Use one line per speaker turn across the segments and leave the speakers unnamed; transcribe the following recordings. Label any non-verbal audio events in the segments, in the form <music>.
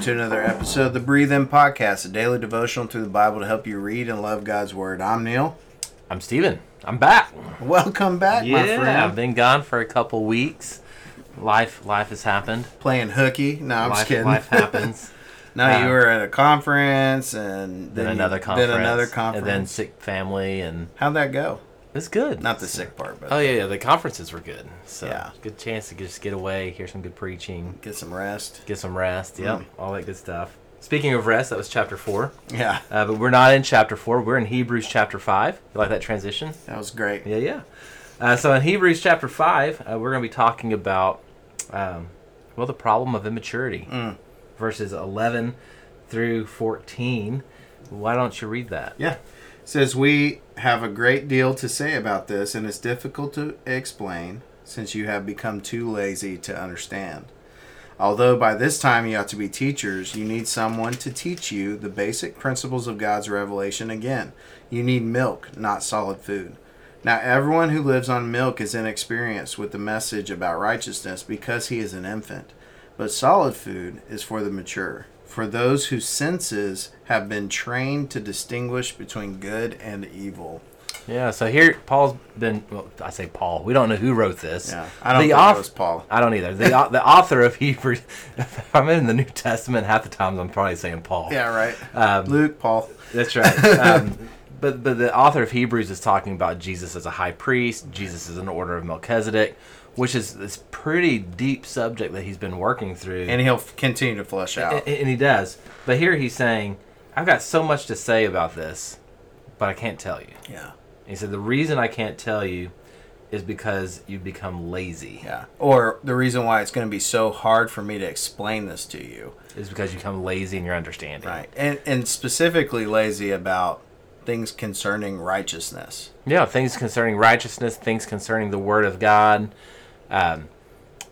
to another episode of the Breathe In Podcast, a daily devotional through the Bible to help you read and love God's Word. I'm Neil.
I'm Steven. I'm back.
Welcome back, my
I've
friend.
been gone for a couple weeks. Life life has happened.
Playing hooky. No, I'm just
life,
kidding. <laughs>
life happens.
no,
uh,
you were at a conference and
then
you-
another conference.
Then another
And then
conference.
sick family and
How'd that go?
it's good.
Not the sick part, but
Oh yeah, yeah. The conferences were good. So
Yeah.
good chance to just get away, hear some good preaching,
get some rest.
get some rest. Yep.
Mm.
All that good stuff. Speaking of rest, that was chapter four.
Yeah,
Uh, but we're not in chapter four. We're in Hebrews chapter five. You like that transition?
that was great.
Yeah, yeah. Uh, so in Hebrews chapter 5, uh, we're going to be talking about, um, well, the problem of immaturity,
Mm.
verses 11 through 14. Why don't you read that?
Yeah. Says we have a great deal to say about this and it's difficult to explain since you have become too lazy to understand. Although by this time you ought to be teachers, you need someone to teach you the basic principles of God's revelation again. You need milk, not solid food. Now everyone who lives on milk is inexperienced with the message about righteousness because he is an infant. But solid food is for the mature, for those whose senses have been trained to distinguish between good and evil.
Yeah, so here Paul's been, well, I say Paul. We don't know who wrote this.
Yeah, I don't think it
auth-
was Paul.
I don't either. The, au- the author of Hebrews, <laughs> if I'm in the New Testament, half the times I'm probably saying Paul.
Yeah, right.
Um,
Luke, Paul.
That's right.
<laughs>
Um, but but the author of Hebrews is talking about Jesus as a high priest. Jesus is an order of Melchizedek, which is this pretty deep subject that he's been working through,
And he'll f- continue to flesh out.
and, and he does. But here he's saying, "I've got so much to say about this, but I can't tell you."
Yeah.
And he said, "The reason I can't tell you is because you become lazy.
Yeah. Or the reason why it's going to be so hard for me to explain this to you.
Is because you become lazy in your understanding."
Right. And, and specifically lazy about things concerning righteousness.
Yeah, things concerning righteousness, things concerning the Word of God. Um,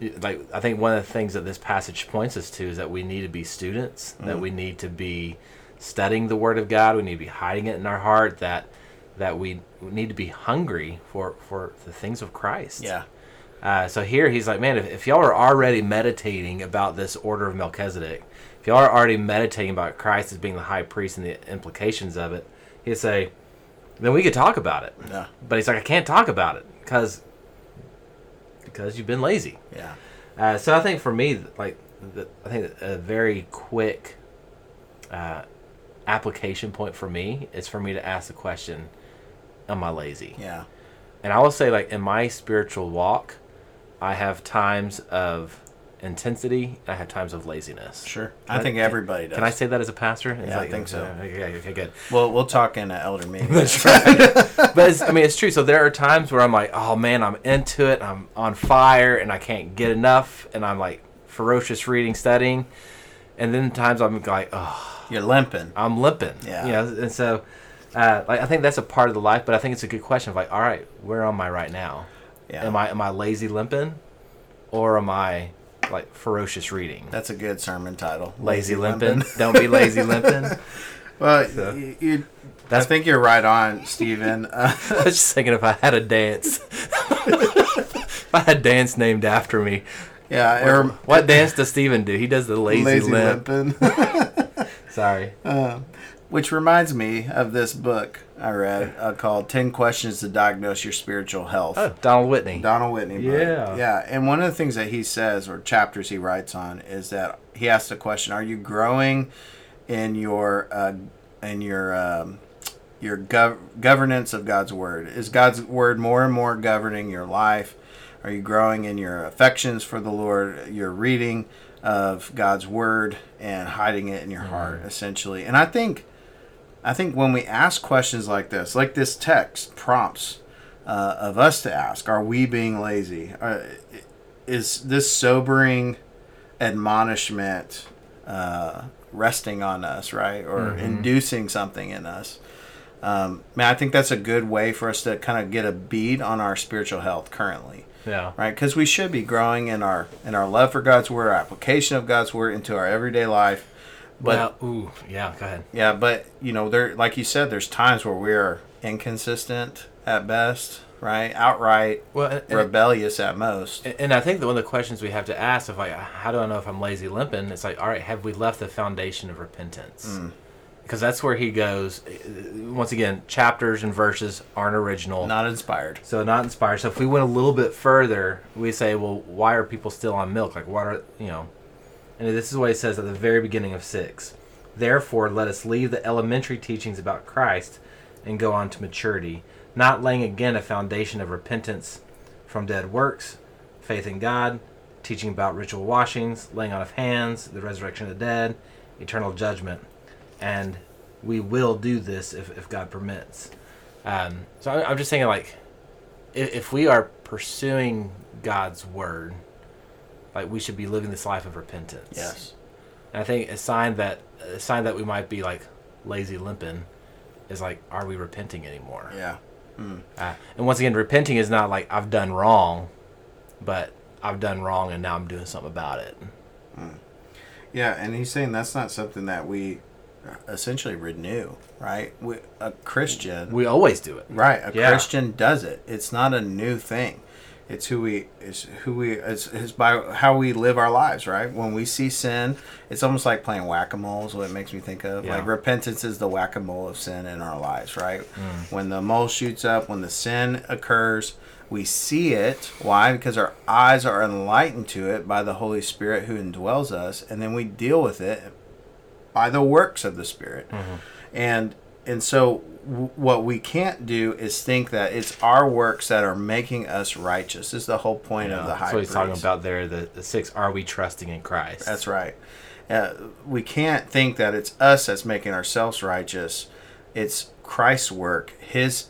y- like I think one of the things that this passage points us to is that we need to be students. That we need to be studying the Word of God. We need to be hiding it in our heart. That that we need to be hungry for for the things of Christ.
Yeah.
Uh, so here he's like, man, if, if y'all are already meditating about this order of Melchizedek, if y'all are already meditating about Christ as being the high priest and the implications of it, he'd say, then we could talk about it.
Yeah.
But he's like, I can't talk about it because because you've been lazy.
Yeah.
Uh, so I think for me, like, the, I think a very quick uh, application point for me is for me to ask the question, "Am I lazy?"
Yeah.
And I will say, like, in my spiritual walk, I have times of intensity. I have times of laziness.
Sure. I think everybody does.
Can I say that as a pastor? It's
Yeah, I think so.
Okay, okay, good.
Well, we'll talk in an elder <laughs> meeting.
but it's, I mean, it's true. So there are times where I'm like, oh man, I'm into it. I'm on fire, and I can't get enough, and I'm like ferocious reading, studying. And then times I'm like, oh,
You're limping.
I'm limping.
Yeah.
You know, and so, uh, like, I think that's a part of the life. But I think it's a good question. Of like, all right, where am I right now?
Yeah.
Am I am I lazy limping, or am I like ferocious reading?
That's a good sermon title.
Lazy limping. Don't be lazy limping.
<laughs> Well,
So-
y you, I
That's-
think you're right on, <laughs> Stephen. Uh,
I was just thinking if I had a dance, <laughs> if I had dance named after me,
yeah, er,
What dance does Steven do? He does the lazy,
lazy
limp.
limping. <laughs>
Sorry.
Um, which reminds me of this book I read uh, called 10 Questions to Diagnose Your Spiritual Health.
Oh, Donald Whitney.
Donald Whitney. book.
Yeah.
Yeah. And one of the things that he says or chapters he writes on is that he asks the question, are you growing in your uh, in your um, your gov- governance of God's word? Is God's word more and more governing your life? Are you growing in your affections for the Lord, your reading of God's word and hiding it in
Mm-hmm.
your heart essentially? And I think I think when we ask questions like this, like this text prompts uh, of us to ask, are we being lazy? Are, is this sobering admonishment uh, resting on us, right? Or inducing something in us? Um, man, I think that's a good way for us to kind of get a bead on our spiritual health currently
Yeah.
right because we should be growing in our in our love for god's word our application of god's word into our everyday life but
Well, ooh, yeah, go ahead.
yeah, but you know, there, like you said, there's times where we're inconsistent, at best, right? Outright
Well, and, and-
rebellious at most.
And- And I think that one of the questions we have to ask of like, how do I know if I'm lazy limping? It's like, all right, have we left the foundation of repentance? Because that's where he goes. uh, Once again, chapters and verses aren't original,
Not inspired.
so not inspired. So if we went a little bit further, we say, well, why are people still on milk? Like, what are you know? And this is what he says at the very beginning of six. Therefore, let us leave the elementary teachings about Christ and go on to maturity, not laying again a foundation of repentance from dead works, faith in God, teaching about ritual washings, laying on of hands, the resurrection of the dead, eternal judgment. And we will do this if, if God permits. Um, so I- I'm just thinking, like, if, if we are pursuing God's word, like, we should be living this life of repentance.
Yes.
And I think a sign that a sign that we might be like lazy limping is like, are we repenting anymore?
Yeah.
Uh, and once again, repenting is not like I've done wrong, but I've done wrong and now I'm doing something about it.
Yeah, and he's saying that's not something that we uh, essentially renew, right? We, a Christian,
We always do it.
right? A
Yeah.
Christian does it. It's not a new thing. It's who we it's who we it's, it's by how we live our lives, right? When we see sin, it's almost like playing whack a mole. Is what it makes me think of.
Yeah.
Like repentance is the whack a mole of sin in our lives, right?
Mm.
When the mole shoots up, when the sin occurs, we see it. Why? Because our eyes are enlightened to it by the Holy Spirit who indwells us, and then we deal with it by the works of the spirit
Mm-hmm.
and and so w- what we can't do is think that it's our works that are making us righteous this is the whole point of the high
That's what he's talking
priest.
about there. The, the six, are we trusting in Christ?
that's right uh, we can't think that it's us that's making ourselves righteous it's christ's work his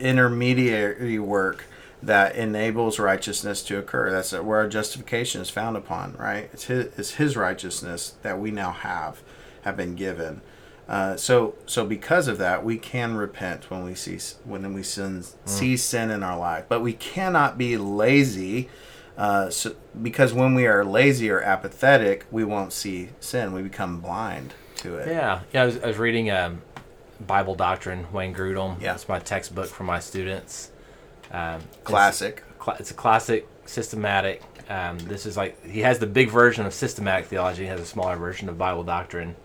intermediary work that enables righteousness to occur that's where our justification is found upon right it's his, it's his righteousness that we now have have been given Uh, so so because of that we can repent when we see when we sin, see sin in our life but we cannot be lazy uh, so, because when we are lazy or apathetic we won't see sin we become blind to it
Yeah, yeah. I was, I was reading um, Bible Doctrine, Wayne Grudem.
Yeah.
it's my textbook for my students. Um,
classic
It's, cla- it's a classic systematic. Um, this is like he has the big version of systematic theology. He has a smaller version of Bible Doctrine.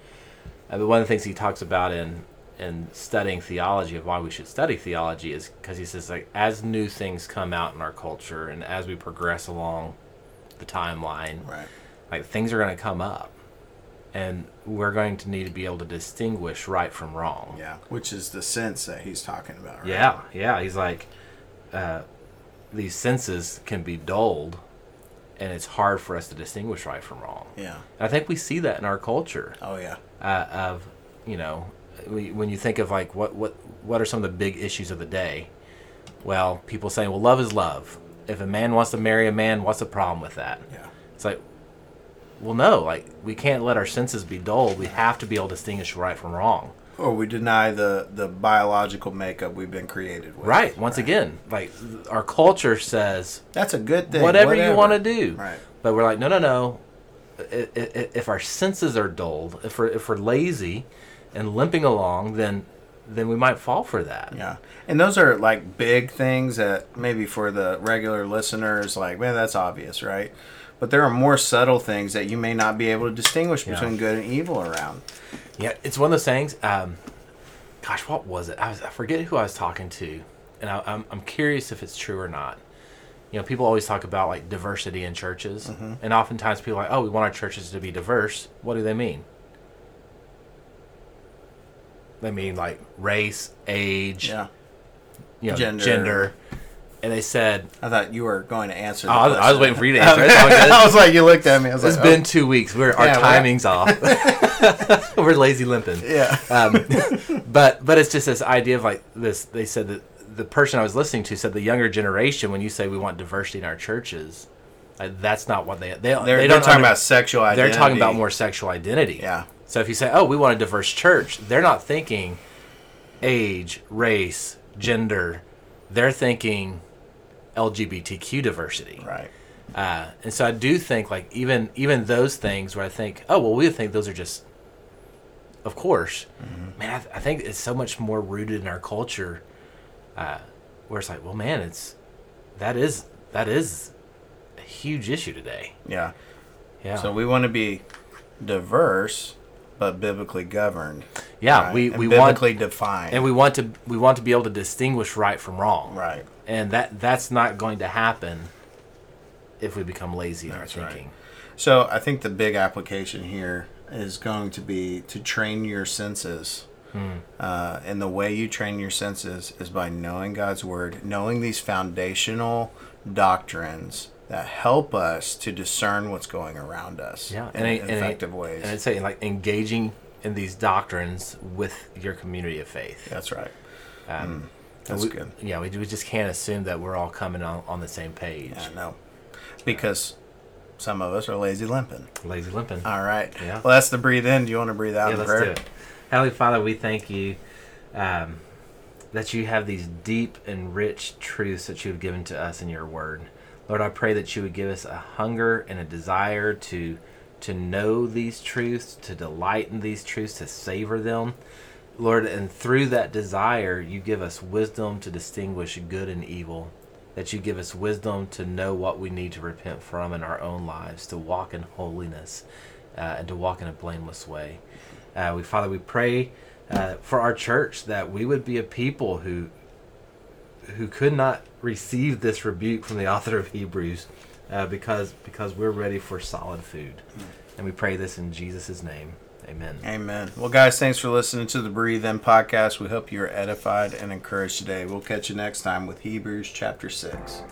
Uh, but one of the things he talks about in in studying theology of why we should study theology is because he says like as new things come out in our culture and as we progress along the timeline,
right
like things are going to come up and we're going to need to be able to distinguish right from wrong
yeah which is the sense that he's talking about right?
yeah yeah. he's like uh, these senses can be dulled and it's hard for us to distinguish right from wrong
yeah
and i think we see that in our culture
oh yeah
uh, of you know we- when you think of like what what what are some of the big issues of the day well people saying well love is love if a man wants to marry a man what's the problem with that
yeah
it's like, well, no, like we can't let our senses be dulled. We have to be able to distinguish right from wrong.
or we deny the the biological makeup we've been created with
Right. Once again, like our culture says
that's a good thing
whatever, you want to do.
Right.
But we're like, no, no, no. I- I- I- If our senses are dulled, if we're if we're lazy and limping along, then then we might fall for that.
Yeah. And those are like big things that maybe for the regular listeners, like, man, that's obvious, right? But there are more subtle things that you may not be able to distinguish between good and evil around.
Yeah, it's one of those things. Um, gosh, what was it? I, was, I forget who I was talking to, and I, I'm, I'm curious if it's true or not. You know, people always talk about like diversity in churches,
Mm-hmm.
and oftentimes people are like, oh, we want our churches to be diverse. What do they mean? They mean like race, age,
Yeah.
you know,
Gender.
gender. And they said,
I thought you were going to answer.
oh, I, was, I was waiting for you <laughs> to answer. It's
<laughs>
all good.
I was like, you looked at me. I was
It's
like,
been two weeks. We're, our
Yeah, we're-
timing's off. <laughs> we're lazy limping.
oh, yeah.
um, but but it's just this idea of like this. They said that the person I was listening to said the younger generation. When you say we want diversity in our churches, like, that's not what they they
They're,
they
they're
don't
talking
under-
about sexual
They're
identity.
talking about more sexual identity.
Yeah.
So if you say, "Oh, we want a diverse church," they're not thinking age, race, gender. They're thinking LGBTQ diversity.
Right.
Uh, and so I do think like even even those things where I think, oh well, we think those are just,
Mm-hmm.
of course, man. I, th- I think it's so much more rooted in our culture, uh, where it's like, well, man, it's that is that is a huge issue today.
Yeah.
Yeah.
So we want to be diverse, but biblically governed.
yeah,
right?
we,
And
we want
biblically defined.
and we want to we want to be able to distinguish right from wrong.
right.
And that that's not going to happen if we become lazy in our
right.
thinking.
So I think the big application here is going to be to train your senses.
Hmm.
Uh, and the way you train your senses is by knowing God's word, knowing these foundational doctrines that help us to discern what's going around us
Yeah,
in
it- it-
effective ways.
And I'd say like engaging in these doctrines with your community of faith.
That's right. Hmm.
Um,
That's
we-
good.
Yeah, we, we just can't assume that we're all coming on, on the same page.
I know.
Ah.
Because some of us are lazy limping.
Lazy limping.
All right.
Yeah.
Well, that's the breathe in. Do you want to breathe out
yeah,
in
let's
prayer?
do it. Heavenly Father, we thank you um, that you have these deep and rich truths that you have given to us in your word. Lord, I pray that you would give us a hunger and a desire to to know these truths, to delight in these truths, to savor them. Lord, and through that desire, you give us wisdom to distinguish good and evil, that you give us wisdom to know what we need to repent from in our own lives, to walk in holiness, uh, and to walk in a blameless way. Uh, we, Father, we pray uh, for our church that we would be a people who who could not receive this rebuke from the author of Hebrews uh, because because we're ready for solid food. And we pray this in Jesus' name. Amen.
Amen. Well, guys, thanks for listening to the Breathe In podcast. We hope you're edified and encouraged today. We'll catch you next time with Hebrews chapter 6.